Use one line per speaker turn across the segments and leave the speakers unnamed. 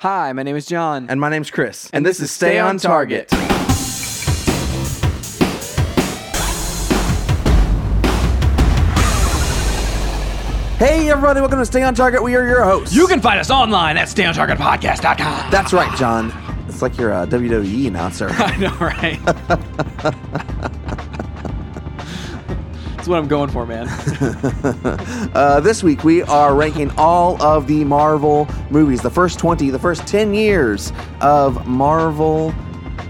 Hi, my name is John.
And my name's Chris. And, this, is Stay on Target. Hey, everybody, welcome to Stay on Target. We are your hosts.
You can find us online at stayontargetpodcast.com.
That's right, John. It's like you're a WWE announcer.
I know, right? That's what I'm going for, man.
Uh, this week, we are ranking all of the Marvel movies, the first 20, the first 10 years of Marvel,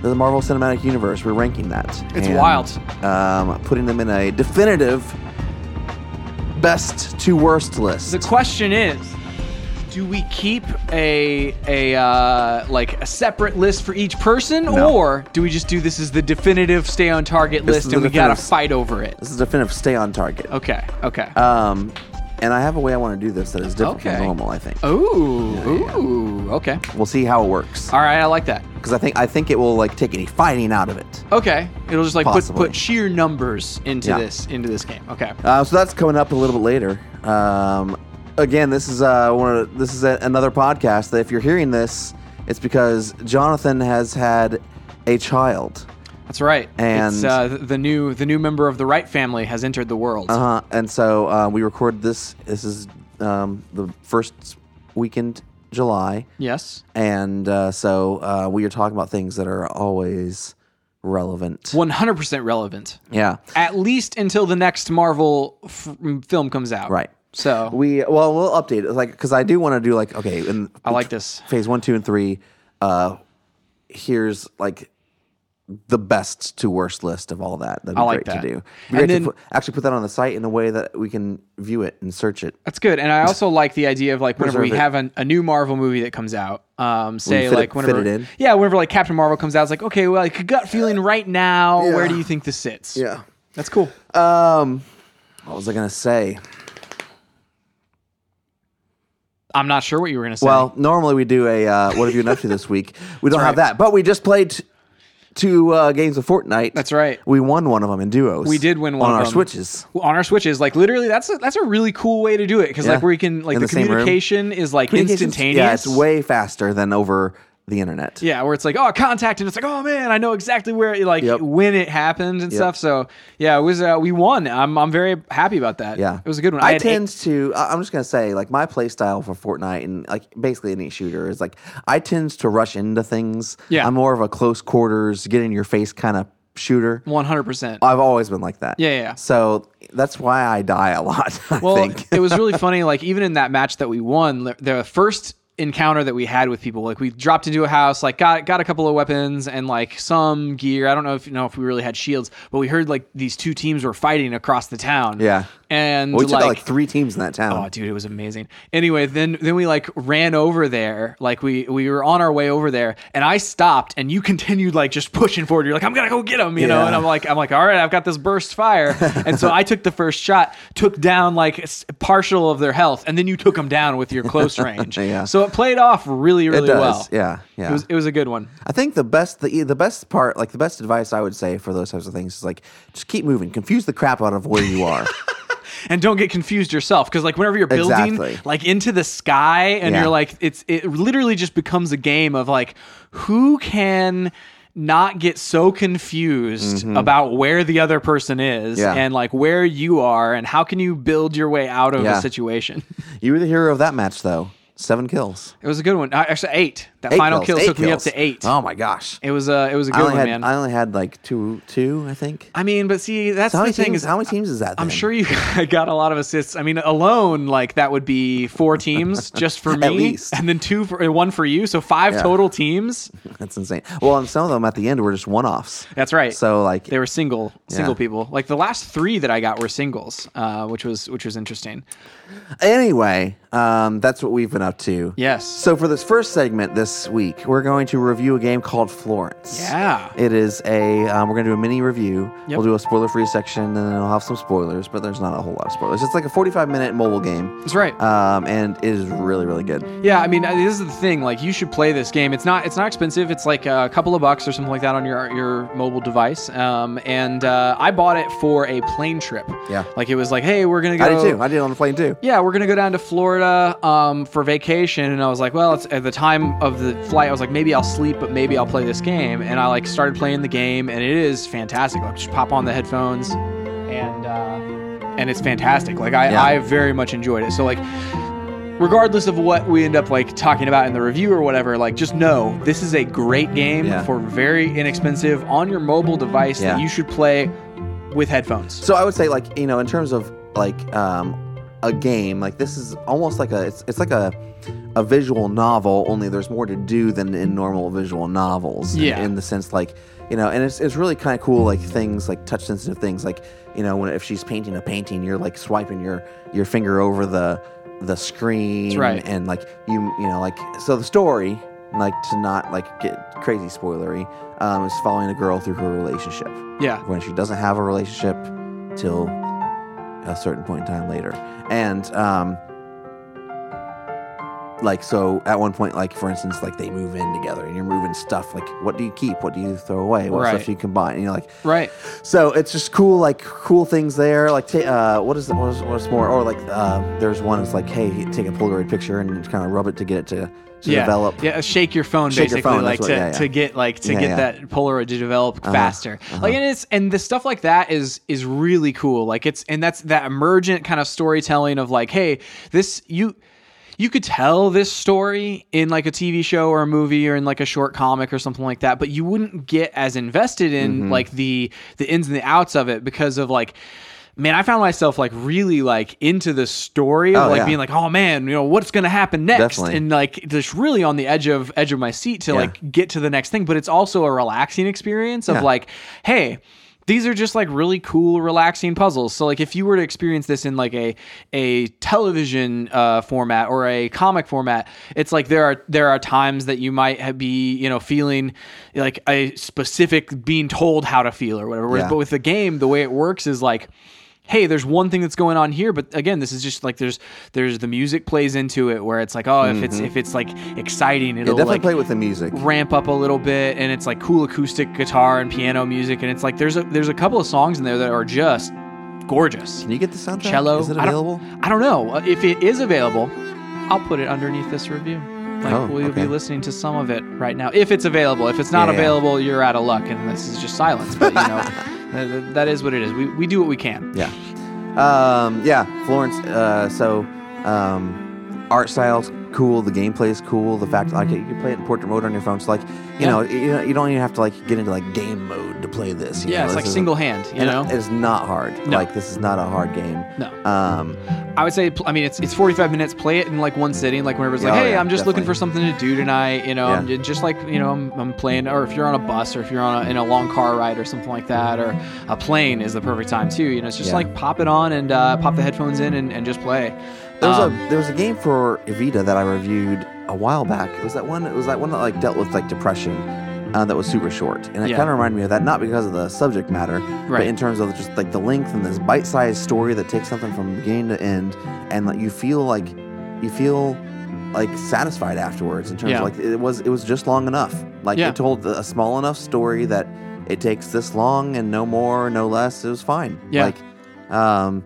the Marvel Cinematic Universe. We're ranking that.
It's wild.
Um, putting them in a definitive best to worst list.
the question is, do we keep a a uh, like a separate list for each person,
No.
or do we just do this as the definitive stay on target
This is
list and
the
we gotta
definitive-
fight over it?
This is definitive Stay on Target.
Okay, okay.
Um, and I have a way I want to do this that is different
Okay.
from normal. I think
ooh, ooh, okay.
we'll see how it works
All right, I like that.
because I think I think it will like take any fighting out of it.
Okay, it'll just like
Possibly.
put put sheer numbers into
Yeah.
this into this game. Okay.
Uh, so that's coming up a little bit later. Um, again, this is uh, one of, this is a, another podcast that if you're hearing this, it's because Jonathan has had a child,
That's right.
And-
it's, uh, th- the new the new member of the Wright family has entered the world.
uh, and so uh, we recorded this. This is um, the first weekend July.
Yes.
And uh, so uh, we are talking about things that are always relevant.
100% relevant.
Yeah.
At least until the next Marvel f- m- film comes out.
Right.
So
We well we'll update it like because I do want to do like okay in
I like this.
phase one two and three uh here's like the best to worst list of all that that'd be
I like
great
that.
to do
And
Be great
then-
to put, actually put that on the site in a way that we can view it and search it
that's good. And I also like the idea of like whenever
Preserve
we
it.
have an, a new Marvel movie that comes out, um, say
fit it-
like
fit
whenever,
it in.
yeah, whenever like Captain Marvel comes out, it's like, okay, well, like gut feeling right now,
Yeah.
where do you think this sits?
yeah
That's cool.
um what was I gonna say
I'm not sure what you were going to say.
well normally we do a uh, what have you been up to this week we don't have
right.
that but we just played. t- Two uh, games of Fortnite.
That's right.
We won one of them in duos.
We did win one
on
of
our
them.
switches.
on our switches like literally that's a, that's a really cool way to do it because
Yeah.
like where you can like
In
the,
the same room.
communication is like instantaneous
Yeah, it's way faster than over the internet.
Yeah, where it's like oh contact and it's like oh man I know exactly where it- like
Yep.
when it happened and stuff so yeah it was uh, we won I'm I'm very happy about that
Yeah,
it was a good one
I,
had
tend to. I- I'm just gonna say, like my play style for Fortnite and like basically any shooter is like I tend to rush into things.
Yeah.
I'm more of a close quarters, get in your face kind of shooter.
100 percent
I've always been like that.
Yeah, yeah, yeah.
So that's why I die a lot. I
well
think.
it was really funny like even in that match that we won li- the first encounter that we had with people like we dropped into a house like got got a couple of weapons and like some gear i don't know if you know if we really had shields but we heard like these two teams were fighting across the town
Yeah.
and
we took out like
like
three teams in that town.
Oh, dude, it was amazing. Anyway, then then we like ran over there, like we we were on our way over there, and I stopped, and you continued like just pushing forward. You're like, I'm gonna go get him, you know.
Yeah.
And I'm like, I'm like, all right, I've got this burst fire, and so I took the first shot, took down like s- partial of their health, and then you took them down with your close range.
Yeah.
So it played off really really
it does.
well.
Yeah, yeah.
It was it was a good one.
I think the best the the best part, like the best advice I would say for those types of things is like just keep moving, confuse the crap out of where you are.
and don't get confused yourself because like whenever you're building
Exactly.
like into the sky and
Yeah.
you're like it's it literally just becomes a game of like who can not get so confused about where the other person is
Mm-hmm. Yeah.
and like where you are and how can you build your way out of
Yeah.
a situation
you were the hero of that match, though. Seven kills.
it was a good one Uh, actually eight that
Eight
final
kills,
kill
eight
took me up
kills.
to eight
Oh my gosh!
it was a it was a
I
good
only
one
had
man
I only had like two two I think.
I mean, but see, that's
How
the
many
thing
teams?
is
how many teams is that?
I'm
then?
sure you got a lot of assists. I mean, alone, like that would be four teams just for me,
least.
and then two for and one for you. So five total teams.
that's insane. Well, and some of them at the end were just one offs.
That's right.
So like
they were single, single
Yeah.
people. Like the last three that I got were singles, uh, which was which was interesting.
anyway, um, that's what we've been up to.
Yes.
So for this first segment, this this week we're going to review a game called Florence.
Yeah.
It is a. Um, we're gonna do a mini review.
Yep.
We'll do a spoiler-free section, and then we'll have some spoilers. But there's not a whole lot of spoilers. It's like a 45-minute mobile game,
That's right.
um, and it is really, really good.
Yeah, I mean, I- this is the thing. Like, you should play this game. It's not it's not expensive. It's like a couple of bucks or something like that on your your mobile device. Um, and uh, I bought it for a plane trip.
Yeah.
like it was like, hey, we're gonna go.
I did too. I did it on the plane too.
Yeah, we're gonna go down to Florida um, for vacation, and I was like, well, it's at the time of the flight. I was like, maybe I'll sleep, but maybe I'll play this game. And I like started playing the game, and it is fantastic. Like, just pop on the headphones, and uh, and it's fantastic. Like, I
Yeah.
I very much enjoyed it. So like, regardless of what we end up like talking about in the review or whatever, like just know this is a great game
Yeah.
for very inexpensive on your mobile device that
Yeah.
you should play with headphones.
So I would say, like you know, in terms of like um, a game, like this is almost like a. It's, it's like a a visual novel. Only there's more to do than in normal visual novels. in-
Yeah.
In, the sense, like you know, and it's it's really kind of cool. Like things like touch sensitive things, like you know, when if she's painting a painting, you're like swiping your your finger over the the screen
right.
and like you you know like so the story like to not like get crazy spoilery um, is following a girl through her relationship
Yeah,
when she doesn't have a relationship till a certain point in time later. And um like so at one point like for instance like they move in together and you're moving stuff like what do you keep what do you throw away what
Right.
stuff do you combine and you're like
right.
so it's just cool like cool things there like ta- uh what is what's what's more or like uh there's one it's like hey take a polaroid picture and kind of rub it to get it to, to
yeah.
develop
Yeah, shake your phone
Shake your
basically,
phone,
like
that's
to,
what- yeah, yeah.
to get like to
Yeah, Uh-huh.
get
yeah.
that Polaroid to develop faster. Like and it's and the stuff like that is is really cool. Like it's and that's that emergent kind of storytelling of like, hey, this you you could tell this story in like a TV show or a movie or in like a short comic or something like that, but you wouldn't get as invested in
Mm-hmm.
like the the ins and the outs of it because of like man, I found myself like really like into the story of
Oh,
like
yeah.
being like, oh man, you know, what's gonna happen next?
Definitely.
And and, like just really on the edge of edge of my seat to
Yeah.
like get to the next thing but it's also a relaxing experience of
Yeah.
like hey these are just like really cool relaxing puzzles so like if you were to experience this in like a a television uh, format or a comic format it's like there are there are times that you might ha- be you know feeling like a specific being told how to feel or whatever Whereas-
Yeah.
but with the game the way it works is like hey there's one thing that's going on here but again this is just like there's there's the music plays into it where it's like oh if it's if it's like exciting
Mm-hmm. yeah
it'll
definitely
like
play with the music
ramp up a little bit and it's like cool acoustic guitar and piano music and it's like there's a there's a couple of songs in there that are just gorgeous
can you get the soundtrack
cello
is it
I don't-
available
I don't, know Uh, if it is available i'll put it underneath this review like
Oh,
we'll
okay.
be listening to some of it right now if it's available if it's not
Yeah, yeah.
available you're out of luck and this is just silence but you know that, that is what it is we, we do what we can
Yeah. Um, yeah, Florence. Uh, so, um, art style's cool. The gameplay's cool. The fact like you can play it in portrait mode on your phone. So like, you
Yeah.
know, you, you don't even have to like get into like game mode to play this. you
Yeah,
know,
it's
this
like
isn't-
single hand, you
and
know?
it's not hard.
No.
Like this is not a hard game.
No.
Um,
I would say, pl- I mean, it's it's 45 minutes. Play it in like one sitting. Like whenever it's like,
Yeah, oh
hey,
yeah,
I'm just looking
definitely.
for something to do tonight. You know, I'm
Yeah.
ju- just like you know, I'm, I'm playing. Or if you're on a bus, or if you're on a, in a long car ride, or something like that, or a plane is the perfect time too. You know, it's just
Yeah.
like pop it on and uh, pop the headphones in and, and just play.
there was
Um,
a there was a game for Evita that I reviewed a while back. It was that one. It was that one that like dealt with like depression. Uh, that was super short, and it
Yeah.
kind of reminded me of that, not because of the subject matter,
Right.
but in terms of just like the length and this bite-sized story that takes something from beginning to end, and like you feel like you feel like satisfied afterwards in terms
Yeah.
of like it was it was just long enough. Like
Yeah.
it told a small enough story that it takes this long and no more, no less. It was fine.
Yeah.
Like, um,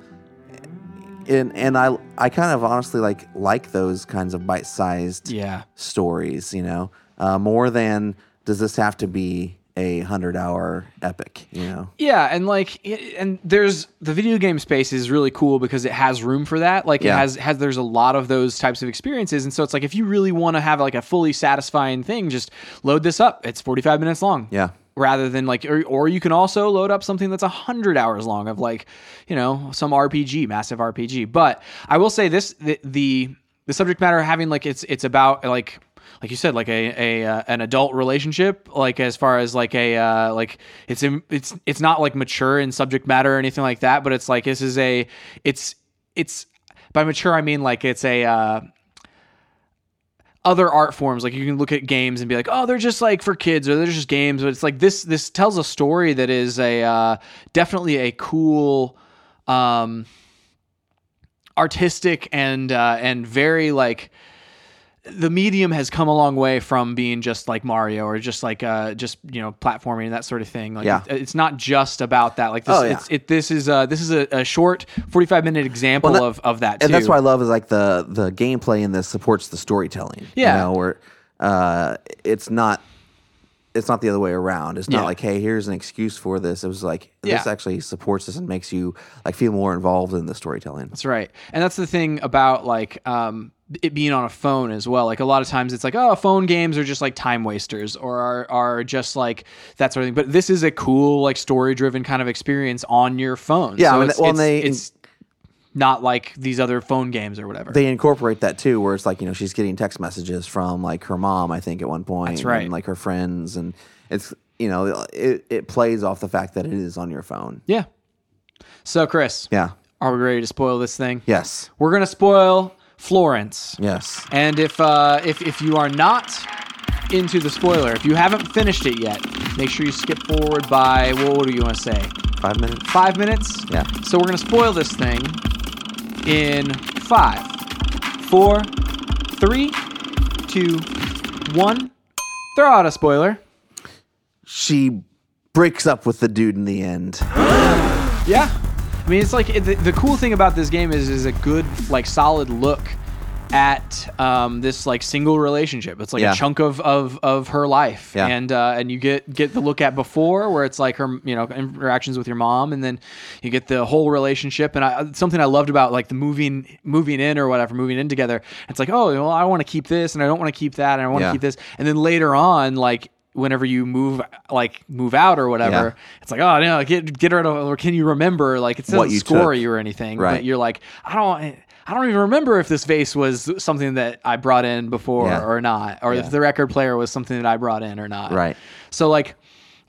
and and I I kind of honestly like like those kinds of bite sized
yeah,
stories, you know, uh, more than does this have to be a hundred hour epic, you know?
Yeah, and like, it- and there's the video game space is really cool because it has room for that. Like, it
Yeah.
has has there's a lot of those types of experiences, and so it's like if you really want to have like a fully satisfying thing, just load this up. It's 45 minutes long.
Yeah.
Rather than like, or, or you can also load up something that's hundred hours long of like, you know, some RPG, massive RPG. But I will say this: the the, the subject matter having like it's it's about like like you said, like a, a uh, an adult relationship, like as far as like a uh, like it's im- it's it's not like mature in subject matter or anything like that, but it's like this is a it's it's by mature I mean like it's a uh, other art forms like you can look at games and be like oh they're just like for kids or they're just games but it's like this this tells a story that is a uh, definitely a cool um artistic and uh and very like the medium has come a long way from being just like Mario or just like uh just you know platforming and that sort of thing. Like
Yeah.
it- it's not just about that. Like this,
Oh, yeah.
it's, it this is uh this is a, a short forty five minute example
that-
of of that. Too.
and that's what I love is like the the gameplay in this supports the storytelling.
Yeah.
you know, where uh, it's not it's not the other way around. It's not
Yeah.
like hey, here's an excuse for this. It was like this
Yeah.
actually supports this and makes you like feel more involved in the storytelling.
That's right. And that's the thing about like um it being on a phone as well. Like a lot of times it's like, oh, phone games are just like time wasters or are are just like that sort of thing. But this is a cool, like story driven kind of experience on your phone.
Yeah, I
So
mean,
it's,
well,
it's,
they-
it's not like these other phone games or whatever.
They incorporate that too, where it's like you know she's getting text messages from like her mom, I think at one point, that's
right.
and like her friends, and it's you know it it plays off the fact that it is on your phone.
yeah. So Chris,
Yeah.
are we ready to spoil this thing?
Yes.
We're gonna spoil Florence.
Yes.
And if uh, if if you are not into the spoiler, if you haven't finished it yet, make sure you skip forward by what, what do you want to say?
Five minutes.
Five minutes.
Yeah.
So we're gonna spoil this thing in five, four, three, two, one. Throw out a spoiler.
She breaks up with the dude in the end.
Yeah. I mean, it's like it, the, the cool thing about this game is is a good like solid look at um, this like single relationship. It's like
Yeah.
a chunk of of, of her life,
Yeah.
and uh, and you get get the look at before where it's like her you know interactions with your mom, and then you get the whole relationship. And I, something I loved about like the moving moving in or whatever moving in together. It's like oh well, I want to keep this, and I don't want to keep that, and I want to
Yeah.
keep this, and then later on like. Whenever you move, like move out or whatever,
Yeah.
it's like, oh no, get get rid of. Or can you remember? Like it doesn't
What you
score
took.
you or anything,
Right.
but you're like, I don't, I don't even remember if this vase was something that I brought in before
Yeah.
or not, or
Yeah.
if the record player was something that I brought in or not.
Right.
So like,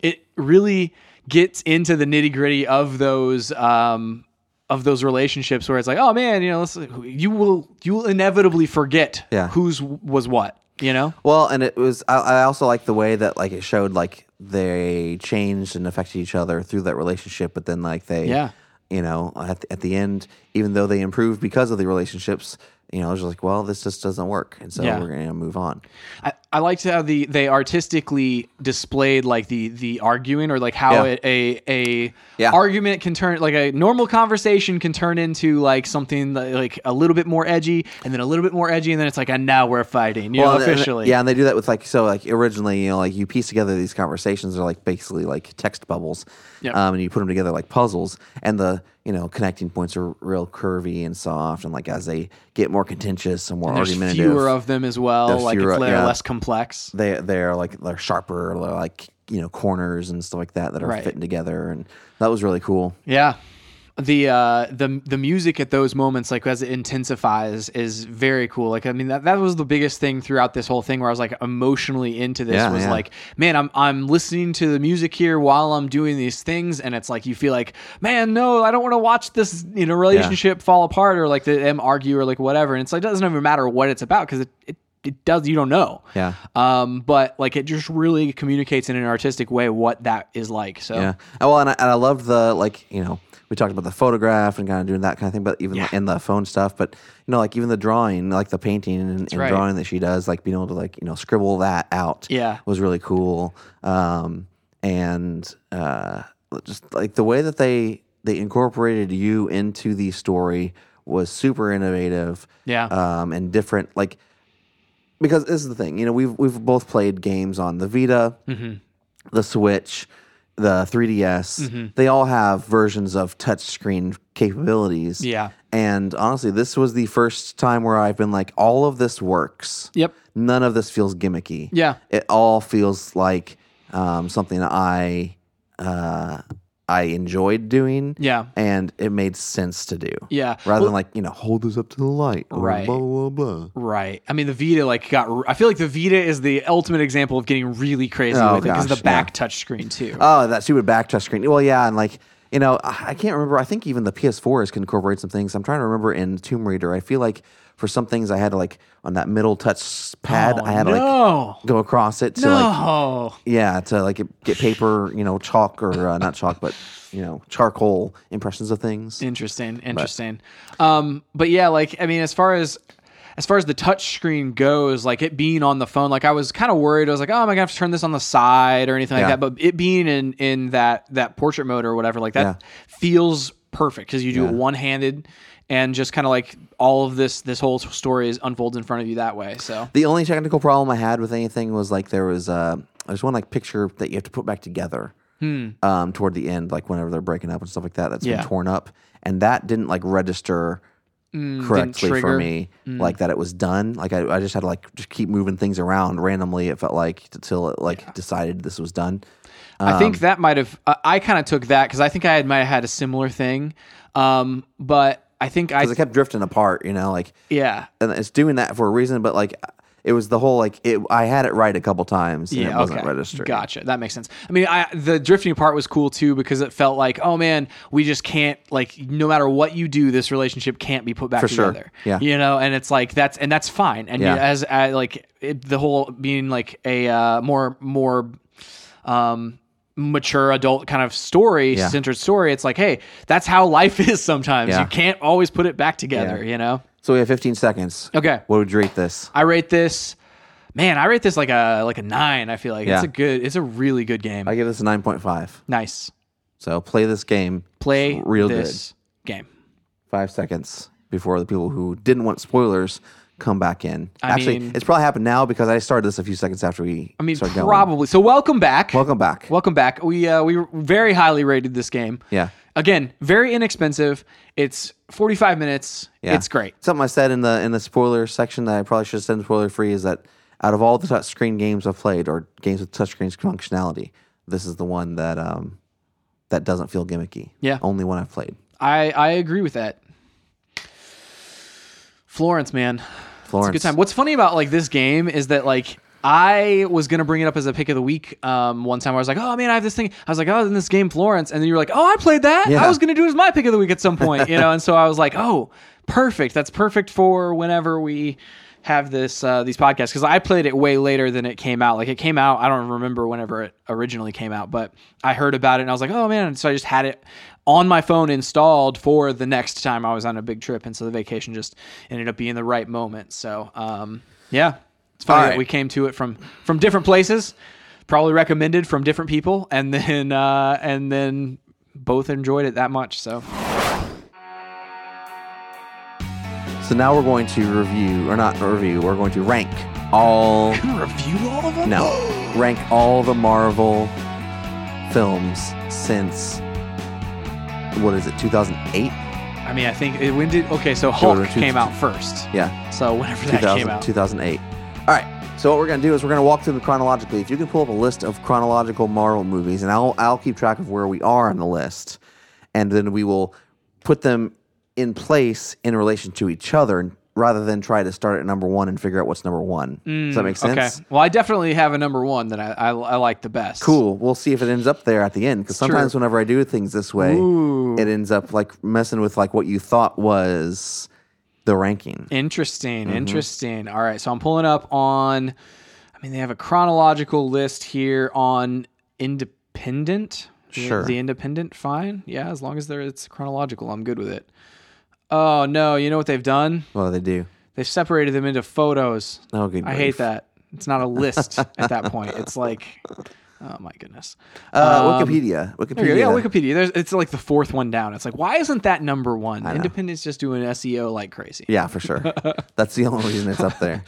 it really gets into the nitty gritty of those. Um, of those relationships where it's like, oh man, you know, let's, you will you will inevitably forget
Yeah.
who's was what, you know?
Well, and it was. I, I also like the way that like it showed like they changed and affected each other through that relationship, but then like they,
Yeah.
you know, at the, at the end, even though they improved because of the relationships, you know, I was just like, well, this just doesn't work, and so
Yeah.
we're gonna move on.
I, I liked how the they artistically displayed like the the arguing or like how
Yeah.
it, a a
Yeah.
argument can turn like a normal conversation can turn into like something that, like a little bit more edgy and then a little bit more edgy and then it's like and now we're fighting you know
and- and-
officially
yeah, and they do that with like so like originally, you know, like you piece together these conversations are like basically like text bubbles,
Yep.
um, and you put them together like puzzles, and the you know connecting points are real curvy and soft, and like as they get more contentious and more
there's
argumentative,
fewer of them as well
There's
like
fewer-
it's they're
yeah.
less complex
they they're like they're sharper they're like you know corners and stuff like that that are
Right.
fitting together and that was really cool
Yeah. The uh the the music at those moments, like as it intensifies, is very cool. Like I mean that, that was the biggest thing throughout this whole thing where I was like emotionally into this
Yeah,
was
yeah.
like, man, I'm I'm listening to the music here while I'm doing these things and it's like you feel like, man, no, I don't want to watch this, you know, relationship fall apart or like the them argue or like whatever. And it's like it doesn't even matter what it's about because it, it it does you don't know.
Yeah.
Um, but like it just really communicates in an artistic way what that is like. So
yeah and well and I, and I loved the like you know we talked about the photograph and kind of doing that kind of thing but even in the phone stuff but you know like even the drawing like the painting and, and
right.
drawing that she does like being able to like you know scribble that out
Yeah.
was really cool um and uh just like the way that they they incorporated you into the story was super innovative
Yeah.
um and different like because this is the thing, you know, we've we've both played games on the Vita,
Mm-hmm.
the Switch, the 3DS.
Mm-hmm.
They all have versions of touchscreen capabilities.
Yeah.
And honestly, this was the first time where I've been like, all of this works.
Yep.
None of this feels gimmicky.
Yeah.
It all feels like um, something I uh, I enjoyed doing.
Yeah.
And it made sense to do.
Yeah.
Rather than like, you know, hold this up to the light. Or
Right.
Blah, blah, blah.
Right. I mean, the Vita like got. r- I feel like the Vita is the ultimate example of getting really crazy
Oh,
with it because
gosh,
the back touch screen too.
Oh, that stupid back touch screen. Well, yeah, and like you know, I I can't remember. I think even the PS4 is can incorporate some things. I'm trying to remember in Tomb Raider. I feel like for some things I had to like on that middle touch pad, I had to
Oh, no.
like go across it to like
No.
yeah to like get paper, you know, chalk or uh, not chalk, but you know, charcoal impressions of things.
Interesting, interesting. Um, but yeah, like I mean, as far as as far as the touch screen goes, like it being on the phone, like I was kind of worried. I was like, oh, am I gonna have to turn this on the side or anything like
Yeah.
that? But it being in in that that portrait mode or whatever, like that feels perfect because you do it one handed and just kind of like all of this this whole story is unfolds in front of you that way. So
The only technical problem I had with anything was like there was uh, there's one like picture that you have to put back together um, toward the end, like whenever they're breaking up and stuff like that. That's
Hmm. Yeah.
been torn up, and that didn't like register correctly for
Hmm, trigger. Hmm.
me, like that it was done. Like I, I just had to like just keep moving things around randomly. It felt like until it like decided this was done. Um,
I think that might have. I, I kind of took that because I think I had, might have had a similar thing, um, but I think I
because it kept drifting apart, you know, like
yeah.
and it's doing that for a reason, but like it was the whole like it I had it right a couple times and it wasn't registered.
Gotcha. That makes sense. I mean, I the drifting apart was cool too because it felt like, oh man, we just can't like no matter what you do, this relationship can't be put back
sure.
together.
Yeah.
You know, and it's like that's and that's fine. And
Yeah.
you, as I, like it, the whole being like a uh, more more um mature adult kind of story
Yeah.
centered story it's like hey that's how life is sometimes
Yeah.
you can't always put it back together you know
So we have 15 seconds.
Okay.
What would you rate this?
i rate this man i rate this like a like a nine i feel like
Yeah.
it's a good it's a really good game
I give this a 9.5.
nice
So play this game.
play
It's real
this game.
good. Five seconds before the people who didn't want spoilers come back in.
I
Actually,
mean-
it's probably happened now because I started this a few seconds after we.
I mean,
started going.
probably. So welcome back.
Welcome back.
Welcome back. We uh, we very highly rated this game.
Yeah.
Again, very inexpensive. It's 45 minutes.
Yeah.
It's great.
Something I said in the in the spoiler section that I probably should have said in spoiler free is that out of all the touchscreen games I've played or games with touchscreen functionality, this is the one that um that doesn't feel gimmicky.
Yeah.
Only one I've played.
I I agree with that. Florence, man.
Florence.
It's a good time. What's funny about like this game is that like I was gonna bring it up as a pick of the week. Um, one time I was like, oh man, I have this thing. I was like, oh, in this game Florence, and then you were like, oh, I played that.
Yeah.
I was gonna do it as my pick of the week at some point, you know. And so I was like, oh, perfect. That's perfect for whenever we have this uh, these podcasts because I played it way later than it came out. Like it came out, I don't remember whenever it originally came out, but I heard about it and I was like, oh man. So I just had it on my phone installed for the next time I was on a big trip, and so the vacation just ended up being the right moment. So um, yeah, it's funny
All right.
that we came to it from from different places, probably recommended from different people, and then uh, and then both enjoyed it that much. So
So now we're going to review or not review, we're going to rank all
review all of them.
no. rank all the Marvel films since what is it, two thousand eight?
I mean I think it, when did okay? So
Order
Hulk
two-
came out first.
Yeah.
So whenever that
2000,
came out,
2008. All right. So what we're gonna do is we're gonna walk through them chronologically. If you can pull up a list of chronological Marvel movies, and I'll I'll keep track of where we are on the list, and then we will put them in place in relation to each other, rather than try to start at number one and figure out what's number one. Does that make sense?
Mm, okay. Well, I definitely have a number one that I I, I like the best.
Cool. We'll see if it ends up there at the end. Because sometimes whenever I do things this way, it ends up like messing with like what you thought was the ranking.
Interesting. Interesting. All right. So I'm pulling up on, I mean, they have a chronological list here on independent. The-
Sure.
The independent, fine. Yeah. As long as they're, it's chronological, I'm good with it. Oh, no. You know what they've done?
What do they do?
They've separated them into photos.
Oh, good.
I
grief.
hate that. It's not a list at that point. It's like, oh, my goodness.
Uh, Wikipedia. Wikipedia.
Um, There you go. Yeah, Wikipedia. There's, it's like the fourth one down. It's like, why isn't that number one? Independent's just doing SEO like crazy.
Yeah, for sure. That's the only reason it's up there.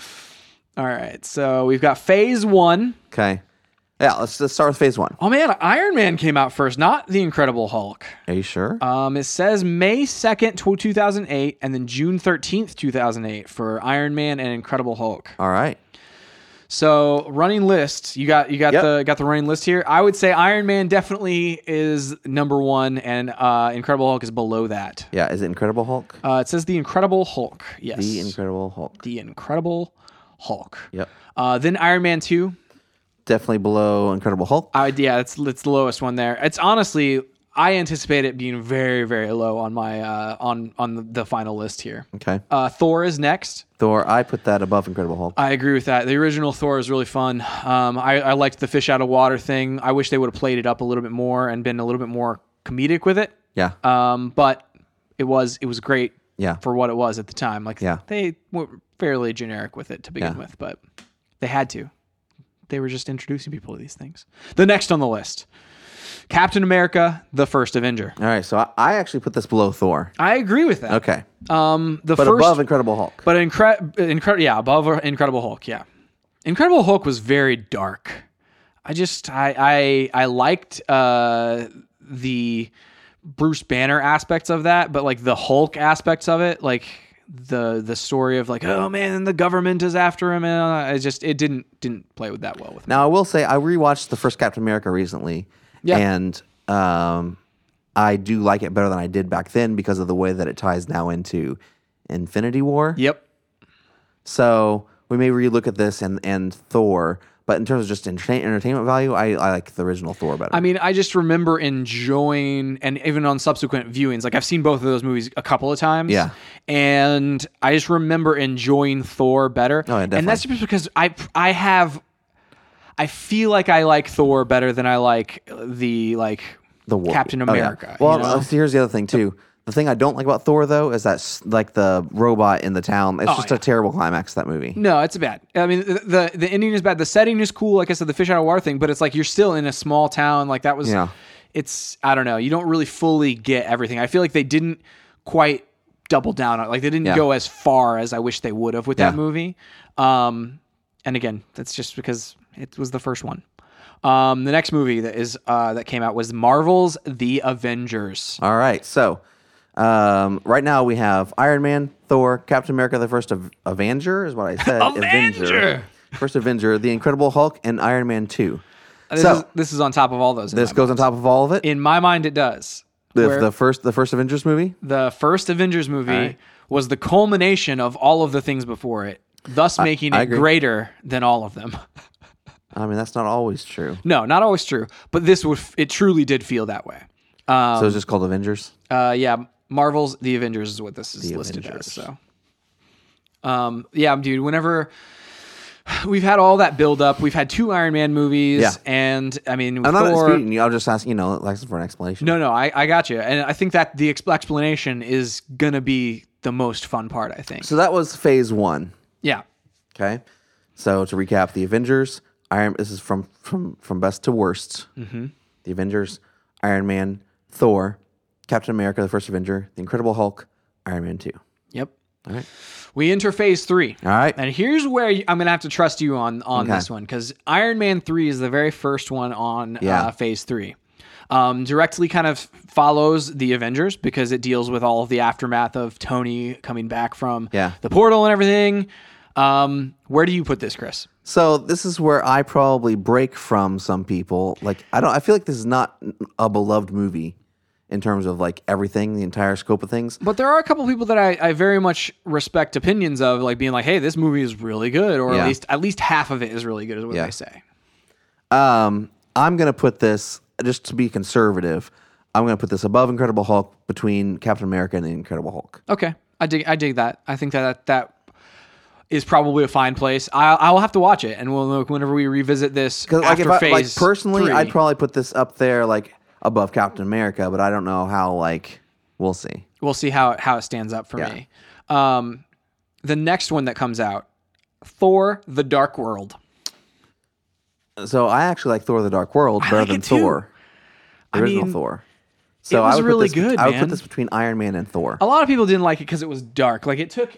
All right. So we've got phase one.
Okay. Yeah, let's just start with phase one.
Oh man, Iron Man came out first, not The Incredible Hulk.
Are you sure?
Um, it says May 2nd, tw- 2008, and then June 13th, 2008 for Iron Man and Incredible Hulk.
All right.
So running list, you got you got
Yep.
the got the running list here. I would say Iron Man definitely is number one, and uh, Incredible Hulk is below that.
Yeah, is it Incredible Hulk?
Uh, it says The Incredible Hulk. Yes,
The Incredible Hulk.
The Incredible Hulk.
Yep.
Uh, then Iron Man 2,
Definitely below Incredible Hulk.
I would- yeah, it's it's the lowest one there. It's honestly I anticipate it being very, very low on my uh, on on the final list here.
Okay.
Uh, Thor is next.
Thor, I put that above Incredible Hulk.
I agree with that. The original Thor is really fun. Um, I, I liked the fish out of water thing. I wish they would have played it up a little bit more and been a little bit more comedic with it.
yeah.
Um, but it was it was great
Yeah.
for what it was at the time. Like
Yeah.
they were fairly generic with it to begin
Yeah.
with, but they had to. They were just introducing people to these things. The next on the list, Captain America: The First Avenger.
All right. So I, I actually put this below Thor.
I agree with that.
Okay.
Um, the
But
first,
above Incredible Hulk.
but incre- incredible, yeah, above Incredible Hulk, yeah. Incredible Hulk was very dark. I just, I, I, I liked uh, the Bruce Banner aspects of that, but like the Hulk aspects of it, like the the story of like, oh man, the government is after him, and uh, I just, it didn't didn't play with that well with me.
Now I will say I rewatched the first Captain America recently,
Yeah.
and um, I do like it better than I did back then because of the way that it ties now into Infinity War.
Yep,
So we may relook at this and and Thor, but in terms of just entertain, entertainment value, I, I like the original Thor better.
I mean, I just remember enjoying, and even on subsequent viewings, like I've seen both of those movies a couple of times.
Yeah.
and I just remember enjoying Thor better.
Oh, yeah,
and that's just because I I have, I feel like I like Thor better than I like the like
the war.
Captain
Oh, yeah.
America. you
Well,
know?
uh, here's the other thing too. The thing I don't like about Thor though is that s- like the robot in the town.
Oh,
It's just a terrible climax to that movie.
No, it's bad. I mean, the, the the ending is bad. The setting is cool. Like I said, the fish out of water thing, but it's like you're still in a small town. Like that was,
Yeah.
it's I don't know. You don't really fully get everything. I feel like they didn't quite double down on. it. Like they didn't
Yeah.
go as far as I wish they would have with that
Yeah.
movie. Um, and again, that's just because it was the first one. Um, the next movie that is uh, that came out was Marvel's The Avengers.
All right. So, um, right now we have Iron Man, Thor, Captain America, the first Av- Avenger is what I said.
Avenger!
First Avenger, The Incredible Hulk, and Iron Man 2.
Uh, This,
so,
is, this is on top of all those. in
this
my-
goes on top of all of it.
in my mind, it does.
The,
Where-
the first the first Avengers movie.
the first Avengers movie was the culmination of all of the things before it, thus making
I
it
agree.
greater than all of them.
I mean, that's not always true.
no, not always true, but this would it truly did feel that way. Um,
so it's just called Avengers.
uh, yeah, Marvel's The Avengers is what this is listed
Avengers.
as. So, um, yeah, dude. Whenever we've had all that build up, we've had two Iron Man movies,
Yeah.
and I mean,
I'm not
Thor,
disputing you. I'll just ask you know like for an explanation.
No, no, I, I got you, and I think that the expl- explanation is gonna be the most fun part. I think.
So that was Phase One.
Yeah.
Okay. So to recap, the Avengers, Iron. This is from from from best to worst. Mm-hmm. The Avengers, Iron Man, Thor, Captain America, the First Avenger, the Incredible Hulk, Iron Man Two.
Yep.
All right.
We enter phase three.
All right.
And here's where you- I'm going to have to trust you on, on this one because Iron Man 3 is the very first one on
Yeah.
uh, phase three. Um, directly kind of follows the Avengers because it deals with all of the aftermath of Tony coming back from
Yeah.
the portal and everything. Um, where do you put this, Chris?
So this is where I probably break from some people. Like I don't. I feel like this is not a beloved movie in terms of like everything, the entire scope of things.
But there are a couple people that I, I very much respect opinions of, like being like, "Hey, this movie is really good," or
Yeah.
at least at least half of it is really good, is what
Yeah.
they say.
Um, I'm gonna put this just to be conservative. I'm gonna put this above Incredible Hulk, between Captain America and the Incredible Hulk.
Okay, I dig. I dig that. I think that that, that is probably a fine place. I I will have to watch it, and we'll know whenever we revisit this
Because like
after
if I,
phase.
like personally,
three.
I'd probably put this up there like above Captain America, but I don't know how. Like we'll see.
we'll see how it- how it stands up for me. Um, the next one that comes out, Thor: The Dark World.
So I actually like Thor: The Dark World better
like
than
it too.
Thor, the
I
original
mean,
Thor. So
was
I would
really
put this,
good,
I would
man. Oh,
put this between Iron Man and Thor.
A lot of people didn't like it because it was dark. Like it took.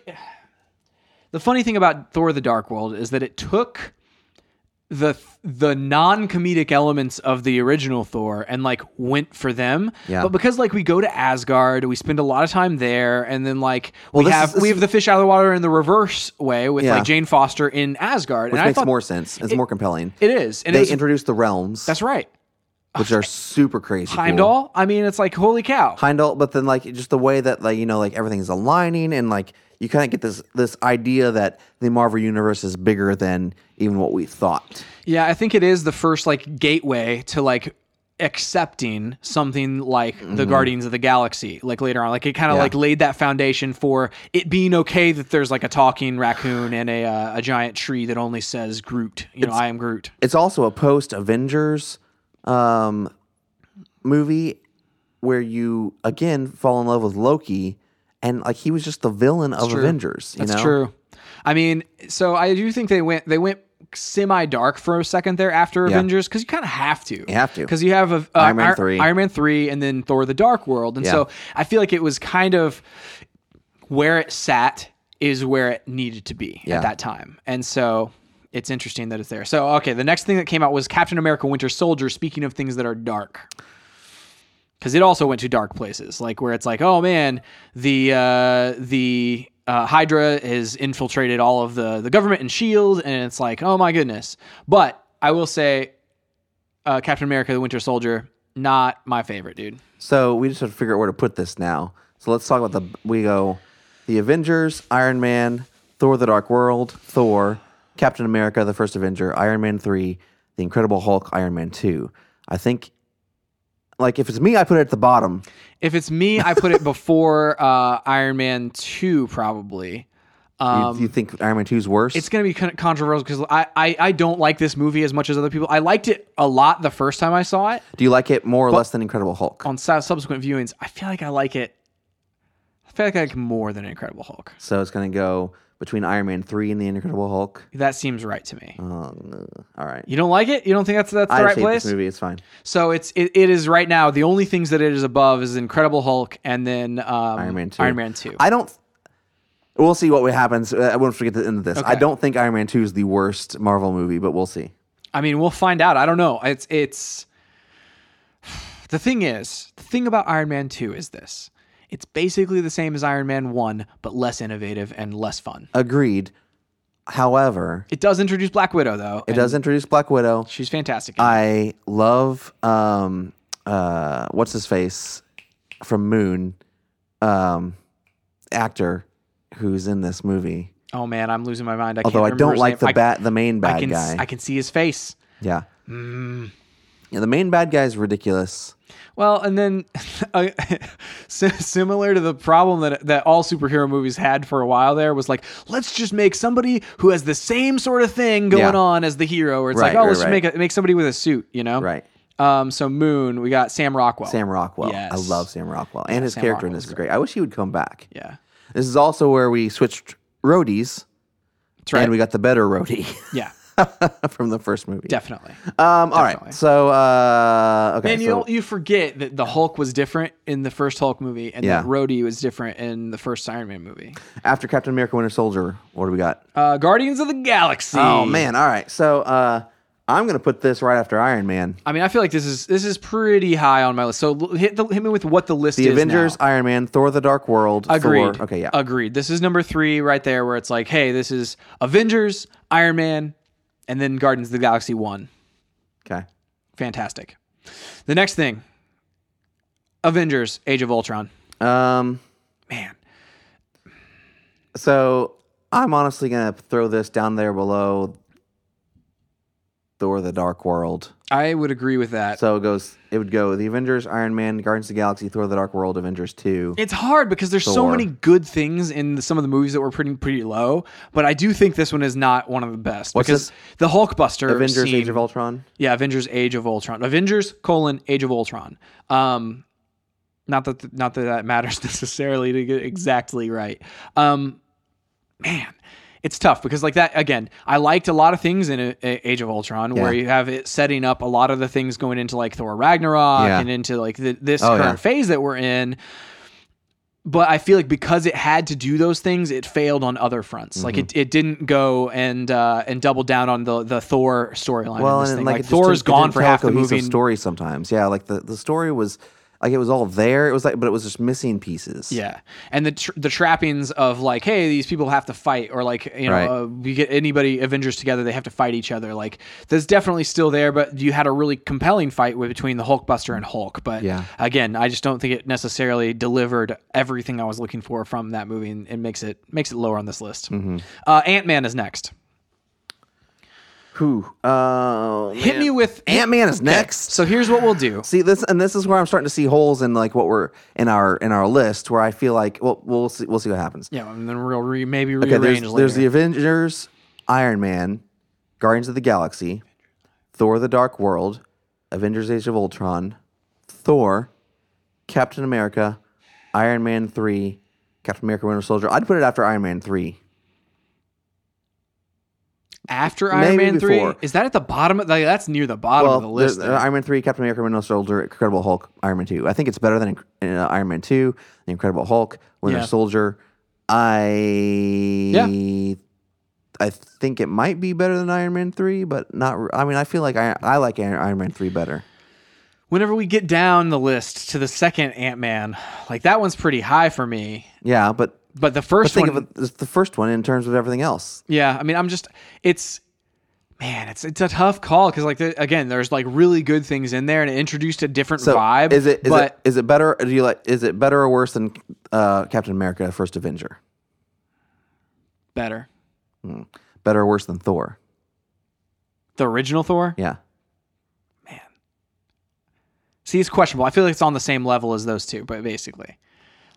The funny thing about Thor: The Dark World is that it took the the non comedic elements of the original Thor and like went for them.
Yeah.
But because like we go to Asgard, we spend a lot of time there, and then like we
this
have
is- this
we have the fish out of the water in the reverse way with
Yeah.
like Jane Foster in Asgard,
Which
and
makes
I thought
more sense. It's more compelling.
it is, and
they
it's
introduced the realms,
that's right.
which are super crazy. cool.
Heimdall. I mean, it's like holy cow.
Heimdall, but then like just the way that like you know like everything's aligning and like you kind of get this this idea that the Marvel universe is bigger than even what we thought.
Yeah, I think it is the first like gateway to like accepting something like
Mm-hmm.
the Guardians of the Galaxy, like later on. Like it kind of like laid that foundation for it being okay that there's like a talking raccoon and a uh, a giant tree that only says Groot. You know, I am Groot.
It's also a post Avengers um, movie where you again fall in love with Loki, and like he was just the villain of Avengers. You
That's
know?
true. I mean, so I do think they went they went semi dark for a second there after Avengers because you kind of have to. You
have to.
because you have a, uh,
Iron Man
Ir-
3.
Iron Man three, and then Thor: The Dark World, and
Yeah.
so I feel like it was kind of where it sat is where it needed to be
Yeah.
at that time, and so. It's interesting that it's there. So, okay, the next thing that came out was Captain America Winter Soldier, speaking of things that are dark because it also went to dark places, like where it's like, oh man, the uh, the uh, Hydra has infiltrated all of the the government and Shield, E and it's like, oh my goodness. But I will say, uh, Captain America: The Winter Soldier, not my favorite, dude.
So we just have to figure out where to put this now. So let's talk about the we go the Avengers, Iron Man, Thor: The Dark World, Thor, Captain America: The First Avenger, Iron Man three, The Incredible Hulk, Iron Man two. I think. Like if it's me, I put it at the bottom.
If it's me, I put it before uh, Iron Man two, probably.
You- you think Iron Man two is worse?
Um, It's going to be kind of controversial because I, I I don't like this movie as much as other people. I liked it a lot the first time I saw it.
Do you like it more or less than Incredible Hulk?
on su- subsequent viewings, I feel like I like it. I feel like I like it more than Incredible Hulk.
So it's gonna go between Iron Man three and the Incredible Hulk.
That seems right to me.
Um, all right,
You don't like it? You don't think that's that's the
I
right
just hate
place?
this movie. It's fine.
So it's it, it is right now. The only things that it is above is Incredible Hulk and then um,
Iron Man two.
Iron Man Two.
I don't. We'll see what happens. Uh, I won't forget the end of this. I
Okay.
don't think Iron Man two is the worst Marvel movie, but we'll see.
I mean, we'll find out. I don't know. It's it's the thing is the thing about Iron Man Two is this. It's basically the same as Iron Man One, but less innovative and less fun.
Agreed. However,
It does introduce Black Widow though.
it does introduce Black Widow.
She's fantastic.
I love um uh what's his face from Moon, um actor who's in this movie.
oh man, I'm losing my mind. I
Although I
can't remember
don't
his
like
name.
the
I-
bat, the main bad
I can
guy.
I can see his face.
Yeah.
Mm.
Yeah, the main bad guy is ridiculous.
Well, and then uh, si- similar to the problem that that all superhero movies had for a while there was like let's just make somebody who has the same sort of thing going
Yeah.
on as the hero where it's
Right,
like oh
right,
let's just
right.
make a, make somebody with a suit, you know?
Right.
Um so Moon, we got Sam Rockwell.
Sam Rockwell. I
Yes.
love Sam Rockwell. And his character in
Rockwell
this
is
is great. I wish he would come back.
Yeah.
This is also where we switched roadies
That's right.
and we got the better roadie
yeah.
from the first movie.
Definitely.
Um, all right.
Definitely.
So, uh, okay.
and you
so-
don't- you forget that the Hulk was different in the first Hulk movie and
Yeah.
that Rhodey was different in the first Iron Man movie.
after Captain America Winter Soldier, what do we got?
Uh, Guardians of the Galaxy.
Oh, man. All right. So, uh, I'm going to put this right after Iron Man.
I mean, I feel like this is this is pretty high on my list. So l- hit, the, hit me with what the list
The
is.
Avengers,
now.
Iron Man, Thor the Dark World.
agreed.
Thor. Okay. Yeah.
agreed. This is number three right there, where it's like, hey, this is Avengers, Iron Man, and then Guardians of the Galaxy one.
okay.
Fantastic. The next thing, Avengers: Age of Ultron.
Um,
Man,
So I'm honestly gonna throw this down there below Thor: The Dark World.
I would agree with that.
So it goes. It would go the Avengers, Iron Man, Guardians of the Galaxy, Thor: The Dark World, Avengers Two.
it's hard because there's so
Thor.
many good things in the, some of the movies that were pretty pretty low, but I do think this one is not one of the best because the Hulkbuster
Avengers:
scene-
Age of Ultron.
Yeah, Avengers: Age of Ultron. Avengers: colon Age of Ultron. Um, not that not that that matters necessarily to get exactly right. Um, man, it's tough because like that again. I liked a lot of things in A- A- Age of Ultron where
Yeah.
you have it setting up a lot of the things going into like Thor Ragnarok
Yeah.
and into like the, this
Oh,
current
yeah.
phase that we're in. But I feel like because it had to do those things, it failed on other fronts. Like
Mm-hmm.
it, it didn't go and uh, and double down on the the Thor storyline.
Well,
in this
and
thing.
like,
like
it just
Thor's
didn't- it
gone
didn't
for
tell a
half the
cohesive
movie. and-
Story sometimes, yeah. Like the the story was like it was all there. It was like, but it was just missing pieces.
Yeah, and the tr- the trappings of like, hey, these people have to fight, or like, you know,
Right.
uh, we get anybody Avengers together, they have to fight each other. Like, that's definitely still there, but you had a really compelling fight with, between the Hulkbuster and Hulk. But
Yeah.
again, I just don't think it necessarily delivered everything I was looking for from that movie,
Mm-hmm.
and, and makes it makes it lower on this list. Uh, Ant Man is next.
Who? Uh,
Hit me with
Ant Man is next.
So here's what we'll do.
See this, and this is where I'm starting to see holes in like what we're in our in our list. Where I feel like, well, we'll see, we'll see what happens.
Yeah, and then we'll re- maybe
Okay,
rearrange
there's,
later.
there's the Avengers, Iron Man, Guardians of the Galaxy, Thor: The Dark World, Avengers: Age of Ultron, Thor, Captain America, Iron Man three, Captain America: Winter Soldier. I'd put it after Iron Man three.
after Iron
maybe
Man
before.
three. Is that at the bottom? Of, like, that's near the bottom of the list.
there-
there.
Iron Man three, Captain America: Winter Soldier, Incredible Hulk, Iron Man two. I think it's better than uh, Iron Man two, The Incredible Hulk, Winter
Yeah.
Soldier. I
Yeah.
I think it might be better than Iron Man three, but not. re- I mean, I feel like I I like Iron, Iron Man three better.
Whenever we get down the list to the second Ant Man, like that one's pretty high for me.
Yeah, but
But the first
think
one,
of it, it's the first one in terms of everything else.
Yeah, I mean, I'm just it's man, it's it's a tough call because like the, again, there's like really good things in there, and it introduced a different
So
vibe.
is it is
but
it is it better? Do you like? Is it better or worse than uh, Captain America: First Avenger?
better?
Better or worse than Thor?
The original Thor.
Yeah.
See, it's questionable. I feel like it's on the same level as those two, but basically,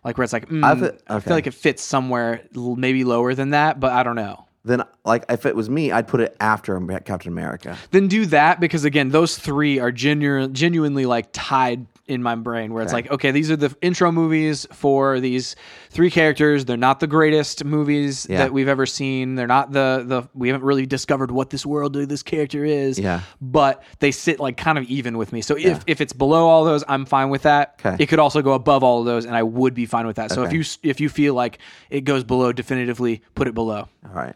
like where it's like mm, I,
I fe- okay.
feel like it fits somewhere l- maybe lower than that, but I don't know.
then like if it was me, I'd put it after Am- Captain America.
Then do that because again, those three are genu- genuinely like tied in my brain where it's like, okay, these are the intro movies for these three characters. They're not the greatest movies
Yeah.
that we've ever seen. They're not the the we haven't really discovered what this world or this character is.
Yeah.
But they sit like kind of even with me. So if if it's below all those, I'm fine with that.
Okay.
It could also go above all of those and I would be fine with that. So if
Okay.
you s- if you feel like it goes below definitively, put it below
All right.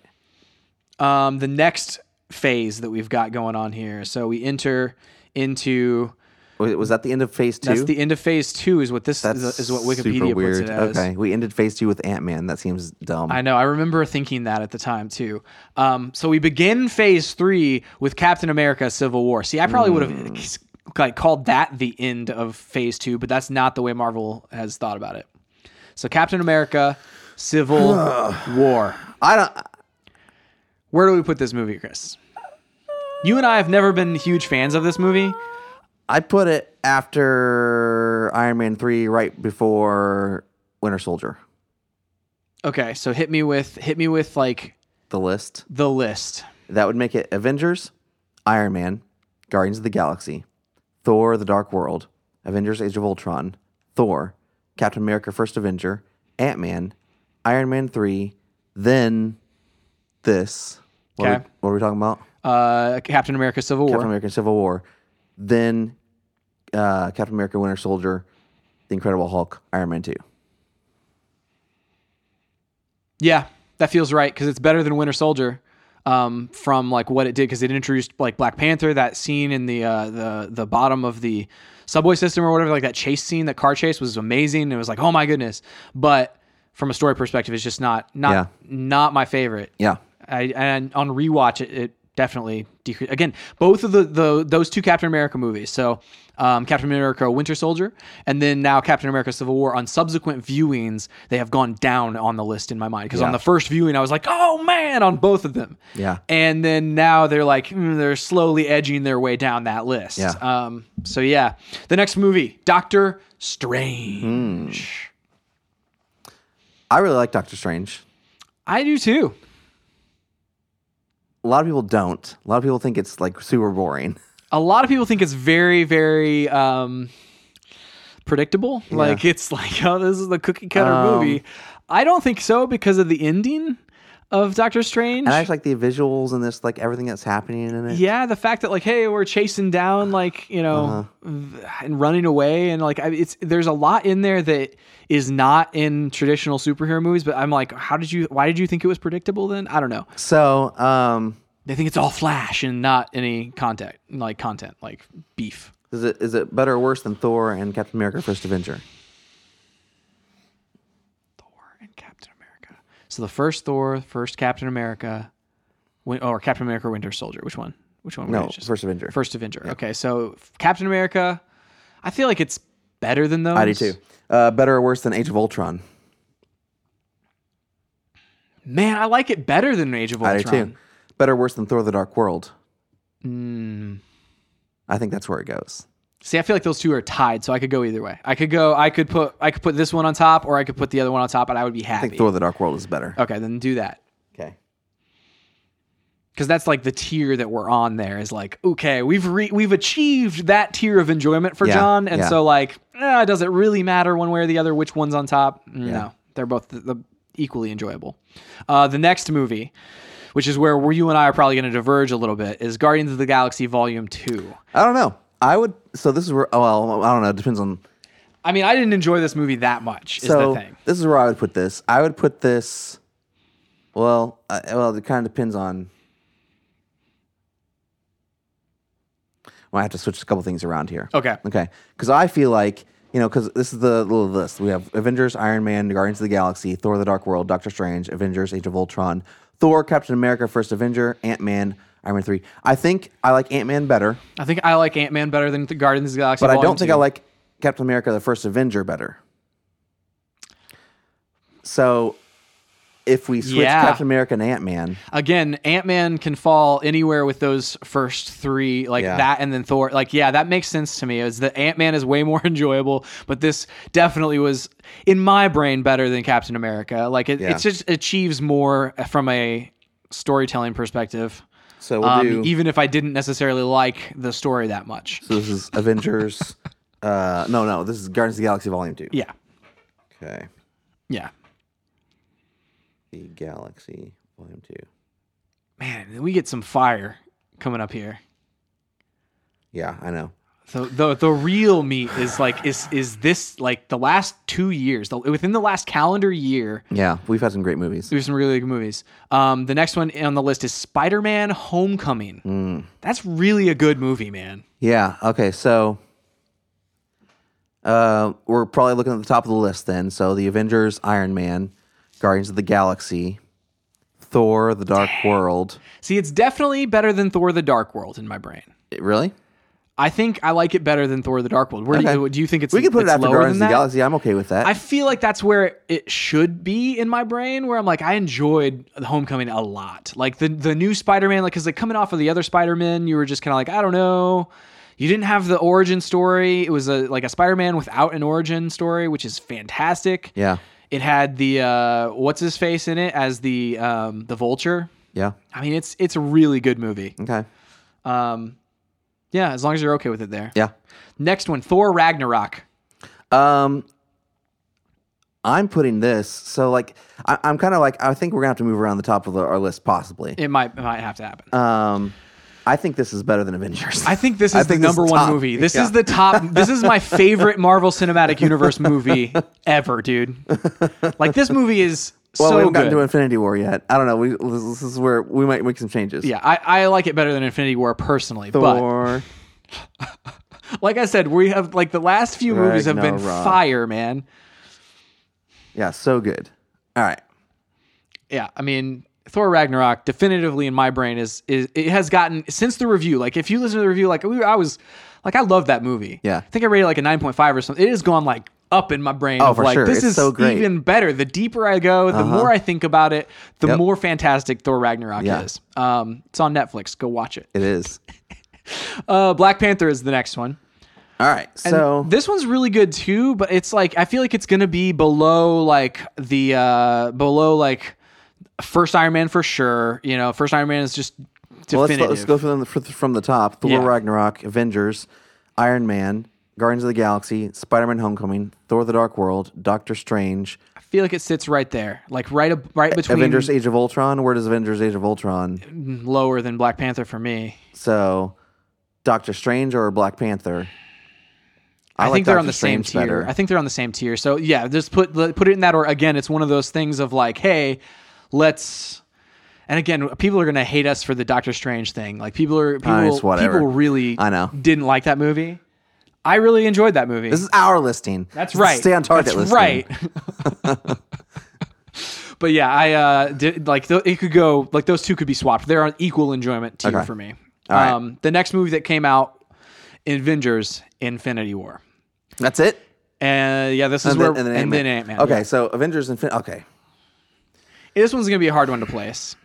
um, the next phase that we've got going on here. So we enter into
Was, was that the end of phase two?
that's the end of phase two is what this is, is what Wikipedia puts it as.
Okay, we ended phase two with Ant Man. That seems dumb.
I know. I remember thinking that at the time too. Um, so we begin phase three with Captain America: Civil War. See, I probably would
Hmm.
have like called that the end of phase two, but that's not the way Marvel has thought about it. So Captain America: Civil War.
I don't.
Where do we put this movie, Chris? You and I have never been huge fans of this movie.
I put it after Iron Man three, right before Winter Soldier.
Okay, so hit me with hit me with like
The list
the list.
that would make it Avengers, Iron Man, Guardians of the Galaxy, Thor: The Dark World, Avengers: Age of Ultron, Thor, Captain America: First Avenger, Ant Man, Iron Man three, then this. What, are we,
Okay.
what are we talking about?
Uh, Captain America: Civil War.
Captain America: Civil War, then uh, Captain America: Winter Soldier, The Incredible Hulk, Iron Man two.
Yeah, that feels right because it's better than Winter Soldier. Um, from like what it did because it introduced like Black Panther that scene in the uh, the the bottom of the subway system or whatever like that chase scene that car chase was amazing it was like oh my goodness but from a story perspective it's just not not
Yeah.
not my favorite
Yeah,
I, and on rewatch, it, it definitely decreased. Again, both of the, the those two Captain America movies. So, um, Captain America: Winter Soldier, and then now Captain America: Civil War. On subsequent viewings, they have gone down on the list in my mind because on
Yeah.
the first viewing, I was like, "Oh man!" on both of them.
Yeah.
And then now they're like mm, they're slowly edging their way down that list.
Yeah.
Um. So yeah, the next movie, Doctor Strange.
Hmm. I really like Doctor Strange.
I do too.
A lot of people don't. A lot of people think it's like super boring.
a lot of people think it's very very um predictable like it's like oh this is the cookie cutter
Um,
movie i don't think so because of the ending of doctor strange
And I just like the visuals and this, like everything that's happening in it.
yeah the fact that like hey we're chasing down like you know
Uh-huh.
th- and running away and like I, it's there's a lot in there that is not in traditional superhero movies but i'm like how did you why did you think it was predictable then i don't know
So, um,
they think it's all flash and not any content like content like beef
is it is it better or worse than Thor and Captain America: First Avenger?
Thor and Captain America. So the first Thor, first Captain America, win, or Captain America Winter Soldier. Which one? Which one? were
No,
you just-
First Avenger.
First Avenger. Okay, so f- Captain America. I feel like it's better than those.
I do too. Uh, better or worse than Age of Ultron?
Man, I like it better than Age of
I
Ultron.
do too. Better or worse than Thor: The Dark World? Hmm. I think that's where it goes.
See, I feel like those two are tied, so I could go either way. I could go. I could put. I could put this one on top, or I could put the other one on top, and I would be
I think
happy.
Thor: The Dark World is better.
okay, then do that.
Okay.
because that's like the tier that we're on there is like okay we've re- we've achieved that tier of enjoyment for
Yeah,
john and
yeah.
so like eh, does it really matter one way or the other which one's on top no they're both the, the equally enjoyable uh, the next movie which is where you and i are probably going to diverge a little bit is guardians of the galaxy volume 2
I don't know. I would. So this is where. oh, Well, I don't know. It depends on.
i mean i didn't enjoy this movie that much is
So
the thing
this is where I would put this. I would put this. Well, I, well, it kind of depends on. Well, I have to switch a couple things around here.
okay
Okay. Because I feel like, you know, because this is the little list. We have Avengers, Iron Man, Guardians of the Galaxy, Thor the Dark World, Doctor Strange, Avengers, Age of Ultron, Thor, Captain America, First Avenger, Ant Man, Iron Man 3. I think I like Ant Man better,
i think i like ant-man better than the guardians of the galaxy
but I
Volume
don't think I
2.
like Captain America, the First Avenger better. So if we switch
Yeah.
Captain America and Ant Man,
again, Ant Man can fall anywhere with those first three, like
Yeah.
that, and then Thor. Like, yeah, that makes sense to me. Is that Ant Man is way more enjoyable, but this definitely was in my brain better than Captain America. Like, it,
Yeah.
it just achieves more from a storytelling perspective.
so we'll
Um,
do.
Even if I didn't necessarily like the story that much.
so this is Avengers. Uh, no, no, this is Guardians of the Galaxy Volume 2.
Yeah,
Okay.
yeah,
The Galaxy Volume 2.
man, we get some fire coming up here.
Yeah, I know.
So the the real meat is like is is this like the last two years the, within the last calendar year
Yeah, we've had some great movies.
there's some really good movies. Um, the next one on the list is Spider Man Homecoming.
Mm.
That's really a good movie, man.
Yeah. Okay. So, uh, we're probably looking at the top of the list then. So, the Avengers, Iron Man, Guardians of the Galaxy, Thor, The Dark World.
See, it's definitely better than Thor: The Dark World in my brain.
It- really?
I think I like it better than Thor: The Dark World. Where do, you, do you think it's?
We can put it
it's
after
lower
Guardians of the
than that?
Galaxy. I'm okay with that.
I feel like that's where it- it should be in my brain, where I'm like, I enjoyed the Homecoming a lot. Like the the new Spider Man, like because like coming off of the other Spider Man, you were just kind of like, I don't know. You didn't have the origin story. It was a like a Spider Man without an origin story, which is fantastic.
yeah.
It had the uh, what's his face in it as the um, the Vulture.
Yeah.
I mean, it's it's a really good movie.
Okay.
Um, yeah, as long as you're okay with it there.
Yeah.
Next one, Thor Ragnarok.
Um, I'm putting this. So, like, I, I'm kind of like, I think we're going to have to move around the top of the, our list possibly.
It might it might have to happen.
Um, I think this is better than Avengers.
I think this
I
is
think
the
this
number
is
one
top.
movie. This
Yeah.
is the top. This is my favorite Marvel Cinematic Universe movie ever, dude. Like this movie is
Well, we
so
haven't
good.
gotten to Infinity War yet. I don't know. We, this, this is where we might make some changes.
yeah, I, I like it better than Infinity War personally.
Thor.
But like I said, we have like the last few movies have been
Ragnarok.
fire, man.
yeah, so good. All right.
yeah i mean thor ragnarok definitively in my brain is is it has gotten since the review like if you listen to the review like we were, i was like i love that movie
Yeah.
i think i rated like a 9.5 or something it has gone like up in my brain oh, of
for
like
sure.
this
It's
is
so great. Uh-huh.
even better the deeper i go the more i think about it the
Yep.
more fantastic thor ragnarok
Yeah.
is um it's on netflix go watch it
It is.
uh black panther is the next one
All right.
and
So
this one's really good too, but it's like I feel like it's gonna be below like the uh below like first Iron Man for sure. You know, first Iron Man is just
well, let's,
definitive.
let's go from the, from the top Thor
Yeah.
Ragnarok, Avengers, Iron Man, Guardians of the Galaxy, Spider Man Homecoming, Thor the Dark World, Doctor Strange,
I feel like it sits right there, like right ab- right between
Avengers Age of Ultron. Where does Avengers Age of Ultron?
lower than Black Panther for me.
So Doctor Strange or Black Panther?
I,
like
think they're on
Doctor
the same
Strange
tier.
better.
I think they're on the same tier. So yeah, just put put it in that. Or again, it's one of those things of like, hey, let's. And again, people are gonna hate us for the Doctor Strange thing. Like people are people,
Uh, it's whatever.
people really
I know.
didn't like that movie. I really enjoyed that movie.
This is our listing.
That's
This is
right.
Stay on target
That's
listing.
Right. but yeah, I uh, did, like th- it could go like those two could be swapped. They're on equal enjoyment tier
Okay.
for me.
right.
Um, the next movie that came out, Avengers: Infinity War.
That's it.
And yeah, this is where and then Ant Man.
Okay, so Avengers and okay,
this one's gonna be a hard one to place.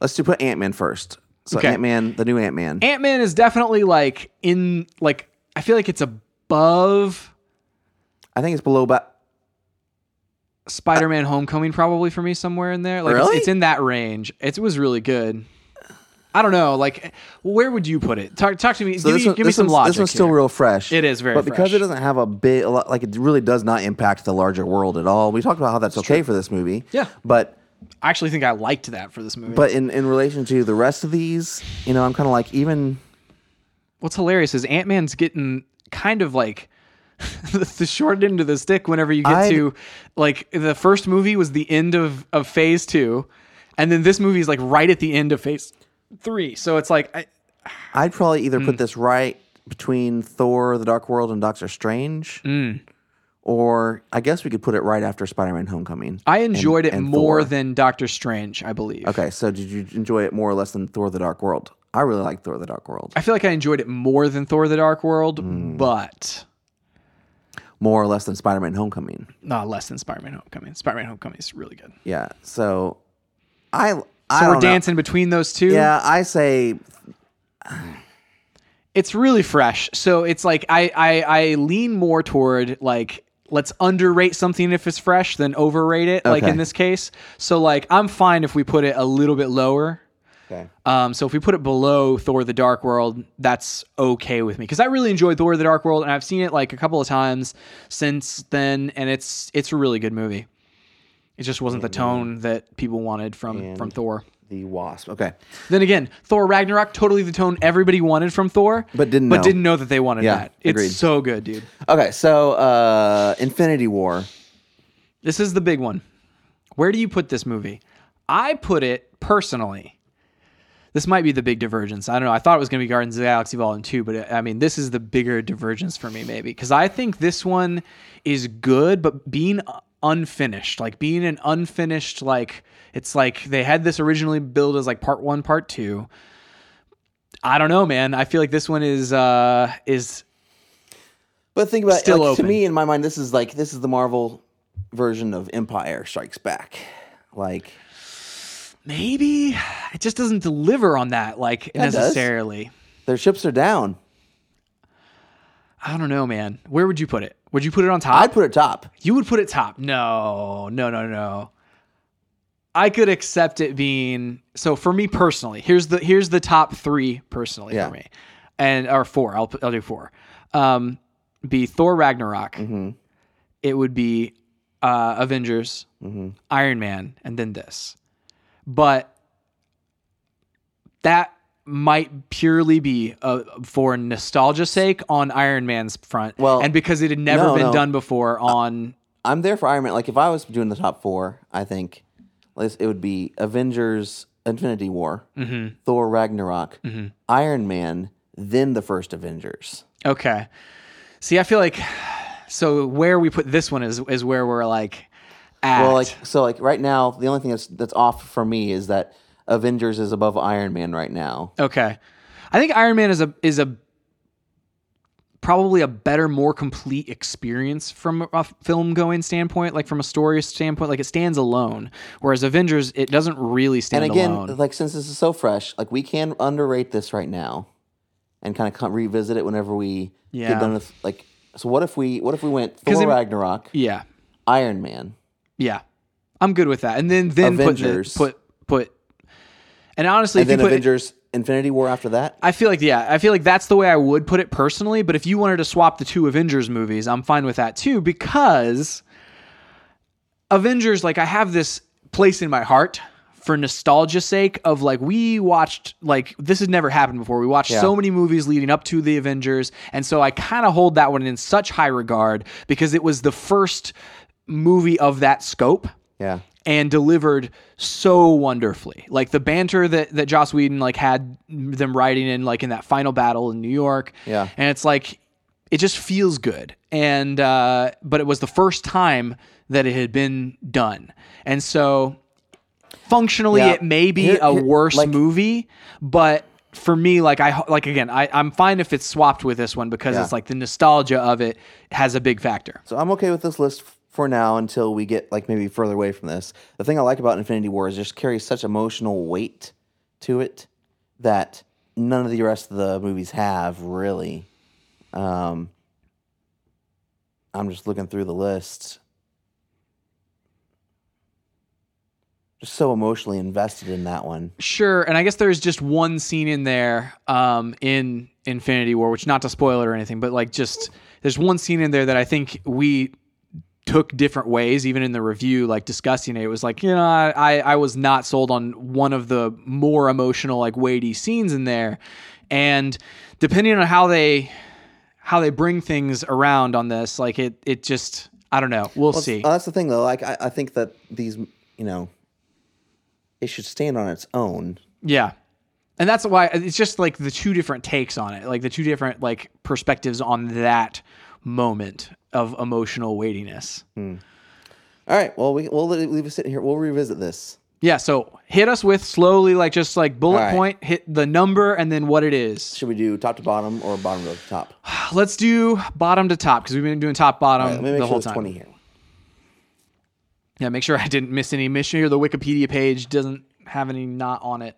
let's do put Ant Man first. So
Okay.
Ant Man, the new Ant Man.
Ant Man is definitely like in like I feel like it's above
I think it's below, but
Spider Man Homecoming probably for me somewhere in there. Like it's-
Really?
it's, in that range. It was really good. I don't know. Like where would you put it? Talk talk to me.
So
give
this,
me,
one,
give me
this,
some
one's,
logic.
this one's still
here.
real fresh.
It is very
But because it
fresh.
doesn't have a big, a lot- like it really does not impact the larger world at all. We talked about how that's okay for this movie.
Yeah.
But
I actually think I liked that for this movie.
but in in relation to the rest of these, you know, I'm kind of like even
what's hilarious is Ant Man's getting kind of like the the short end of the stick whenever you get
I'd-
to like the first movie was the end of of phase two, and then this movie is like right at the end of phase three. So it's like I,
I'd probably either
Mm.
put this right between Thor: The Dark World and Doctor Strange.
Mm.
Or I guess we could put it right after Spider-Man: Homecoming.
I enjoyed it
and
more
Thor.
than Doctor Strange, I believe.
okay, so did you enjoy it more or less than Thor: The Dark World? I really like Thor: The Dark World.
I feel like I enjoyed it more than Thor: The Dark World,
Hmm.
but
More or less than Spider-Man: Homecoming.
not less than Spider-Man: Homecoming. Spider-Man: Homecoming is really good.
Yeah. So I I
So
don't
we're
know.
dancing between those two.
Yeah, I say
it's really fresh. So it's like I, I I lean more toward like let's underrate something if it's fresh than overrate it. Like
Okay.
in this case, so like I'm fine if we put it a little bit lower.
okay.
Um, so if we put it below Thor: The Dark World, that's okay with me because I really enjoyed Thor: The Dark World, and I've seen it like a couple of times since then, and it's it's a really good movie. It just wasn't the tone that people wanted from from Thor.
the Wasp. Okay.
Then again, Thor Ragnarok, totally the tone everybody wanted from Thor,
But didn't
but
know.
didn't know that they wanted
Yeah,
that. It's
agreed.
so good, dude.
Okay, so uh Infinity War.
This is the big one. Where do you put this movie? I put it personally. This might be the big divergence. I don't know. I thought it was going to be Guardians of the Galaxy Volume 2, but I mean, this is the bigger divergence for me, maybe, because I think this one is good, but being unfinished, like being an unfinished, like, it's like they had this originally billed as like part one, part two. I don't know, man. I feel like this one is, uh, is,
But think about
Still
like, to
open.
me in my mind this is like this is the Marvel version of Empire Strikes Back. Like
maybe it just doesn't deliver on that, like,
does.
necessarily.
their ships are down.
I don't know, man. Where would you put it? Would you put it on top?
I'd put it top.
you would put it top. No, no, no, no. I could accept it being so for me personally. Here's the here's the top three personally
Yeah.
for me, and or four. I'll put- I'll do four. Um, be Thor Ragnarok.
Mm-hmm.
It would be uh, Avengers,
Mm-hmm.
Iron Man, and then this. But that might purely be uh, for nostalgia's sake on Iron Man's front,
Well,
and because it had never
no,
been
no.
done before on.
I'm there for Iron Man. Like if I was doing the top 4, I think this- it would be Avengers Infinity War,
Mm-hmm.
Thor Ragnarok, Iron Man, then the first Avengers.
Okay. See, I feel like so where we put this one is is where we're like at.
Well, like so, like right now, the only thing that's that's off for me is that Avengers is above Iron Man right now.
okay. I think Iron Man is a is a probably a better, more complete experience from a film going standpoint, like from a story standpoint, like it stands alone. Whereas Avengers, it doesn't really stand
And again,
alone.
like since this is so fresh, like we can underrate this right now, and kind of revisit it whenever we get
Yeah.
done with like. So what if we what if we went
'Cause
Thor
it-
Ragnarok,
Yeah.
Iron Man?
Yeah. I'm good with that. And then then put, the,
Avengers.
put put and honestly,
And
if
then
you put
Avengers Infinity War after that.
I feel like yeah, I feel like that's the way I would put it personally. But if you wanted to swap the two Avengers movies, I'm fine with that too because Avengers, like I have this place in my heart for nostalgia's sake of like we watched like this has never happened before. We watched so many movies leading up to the Avengers, and so I kind of hold that one in such high regard because it was the first movie of that scope
Yeah.
and delivered so wonderfully. Like the banter that that Joss Whedon like had them riding in like in that final battle in New York.
Yeah.
And it's like it just feels good. And uh but it was the first time that it had been done. And so functionally
Yeah.
it may be
Here-
a
here-
worse
like-
movie, but for me, like I like again, I, I'm fine if it's swapped with this one because
Yeah.
it's like the nostalgia of it has a big factor.
So I'm okay with this list f- for now until we get like maybe further away from this. The thing I like about Infinity War is it just carries such emotional weight to it that none of the rest of the movies have really. Um, I'm just looking through the list. Just so emotionally invested in that one.
Sure, and I guess there's just one scene in there um, in Infinity War, which not to spoil it or anything, but like just there's one scene in there that I think we took different ways, even in the review, like discussing it. It was like you know I I was not sold on one of the more emotional like weighty scenes in there, and depending on how they how they bring things around on this, like it it just I don't know. We'll,
Well,
see.
that's the thing, though. Like, I, I think that these, you know, it should stand on its own.
Yeah. And that's why uh, it's just like the two different takes on it, like the two different like perspectives on that moment of emotional weightiness.
All right. Well, we, we'll leave leave it sitting here. We'll revisit this.
Yeah, so hit us with slowly like just like bullet
All right.
point, hit the number and then what it is.
Should we do top to bottom or bottom to top?
Let's do bottom to top because we've been doing top bottom
All right, let me make
the
sure
whole
it's
time.
20 here.
Yeah, make sure I didn't miss any mission or the Wikipedia page doesn't have any not on it.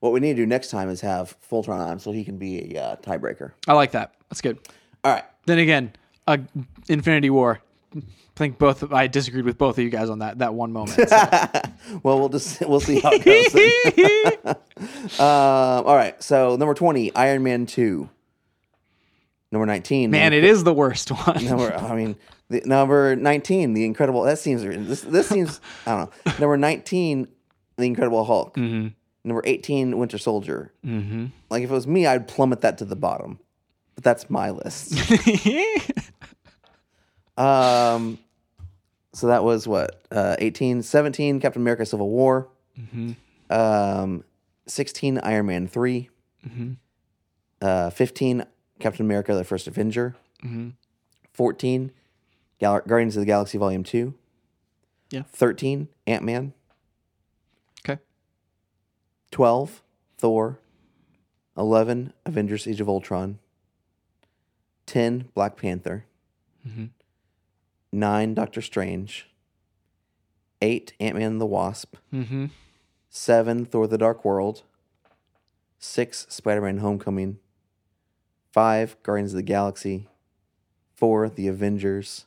What we need to do next time is have Fultron on so he can be a uh, tiebreaker.
I like that. That's good.
All right.
Then again, uh, Infinity War. I think both I disagreed with both of you guys on that that one moment.
Well, we'll just we'll see how it goes. then. um, all right. So number 20, Iron Man 2. Number 19.
Man, it is the worst one.
Number, I mean, the, number nineteen, the Incredible. That seems this. This seems I don't know. Number nineteen, the Incredible Hulk. Number eighteen, Winter Soldier. Mm-hmm. Like if it was me, I'd plummet that to the bottom. But that's my list. Mm-hmm. um, so that was what uh, 18, 17, Captain America: Civil War. Um, sixteen, Iron Man 3 Uh, fifteen, Captain America: The First Avenger. 14, Gal- Guardians of the Galaxy Volume 2.
Yeah.
13, Ant Man.
okay.
12, Thor. 11, Avengers Age of Ultron. 10, Black Panther. 9, Doctor Strange. 8, Ant Man and the Wasp.
Mm-hmm.
7, Thor the Dark World. 6, Spider Man Homecoming. 5, Guardians of the Galaxy. 4, The Avengers.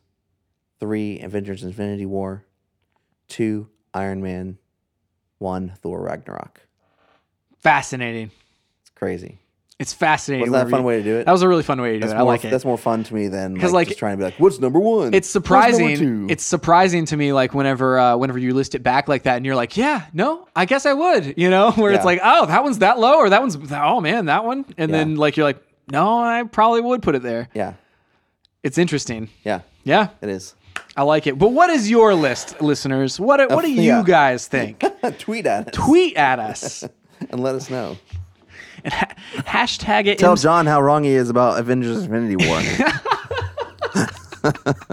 3, Avengers Infinity War. 2, Iron Man. 1, Thor Ragnarok.
Fascinating.
It's crazy.
It's fascinating.
Wasn't that a fun
whenever
way
you-
to do it?
That was a really fun way to do
that's
it.
more,
I like it.
That's more fun to me than
'Cause,
like,
like,
just trying to be like, what's number one?
It's
What's number
surprising.
two?
It's surprising to me, like whenever uh, whenever you list it back like that, and you're like, yeah, no, I guess I would. You know, where
Yeah.
it's like, oh, that one's that low, or that one's oh man, that one, and
Yeah.
then like you're like, no, I probably would put it there.
yeah,
It's interesting.
yeah,
Yeah,
it is.
I like it. But what is your list, listeners? What what do you
yeah.
guys think?
Tweet at us
Tweet at us
and let us know.
and ha- hashtag it.
Tell
in-
John how wrong he is about Avengers Infinity War.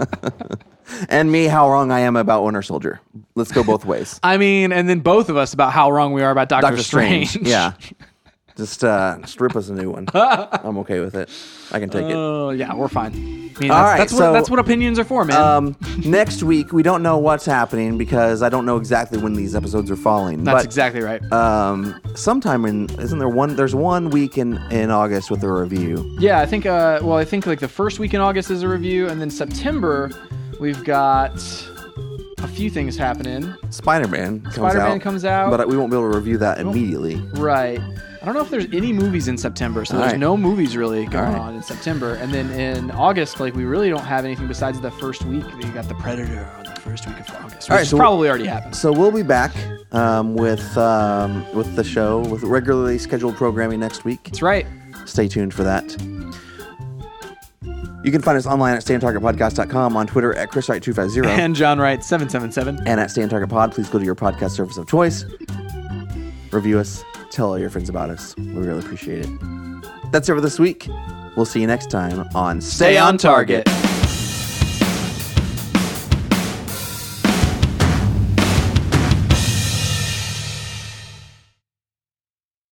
and me how wrong I am about Winter Soldier. Let's go both ways.
I mean, and then both of us about how wrong we are about Doctor,
Doctor
Strange.
Strange. Yeah. Just uh strip us a new one. I'm okay with it. I can take it.
Oh, yeah, we're fine. I mean, that's,
All right,
that's what,
so-
that's what opinions are for, man.
Um next week we don't know what's happening because I don't know exactly when these episodes are falling.
that's
but,
exactly right.
um sometime in isn't there one there's one week in in August with a review.
yeah, I think. Uh, well, I think like the first week in August is a review, and then September, we've got a few things happening.
Spider-Man comes out.
Spider-Man comes out.
But we won't be able to review that immediately.
Right. I don't know if there's any movies in September, so
All
there's
right.
no movies really going
right.
on in September. And then in August, like we really don't have anything besides the first week. You got the Predator on the first week of August, which
right,
is
so-
probably already happened.
So we'll be back um, with um, with the show with regularly scheduled programming next week.
That's right.
Stay tuned for that. You can find us online at standtargetpodcast.com on Twitter at chriswright250
And John Wright, seven seven seven.
and at standtargetpod. Please go to your podcast service of choice, review us, tell all your friends about us. We really appreciate it. That's it for this week. We'll see you next time on Stay,
Stay on target.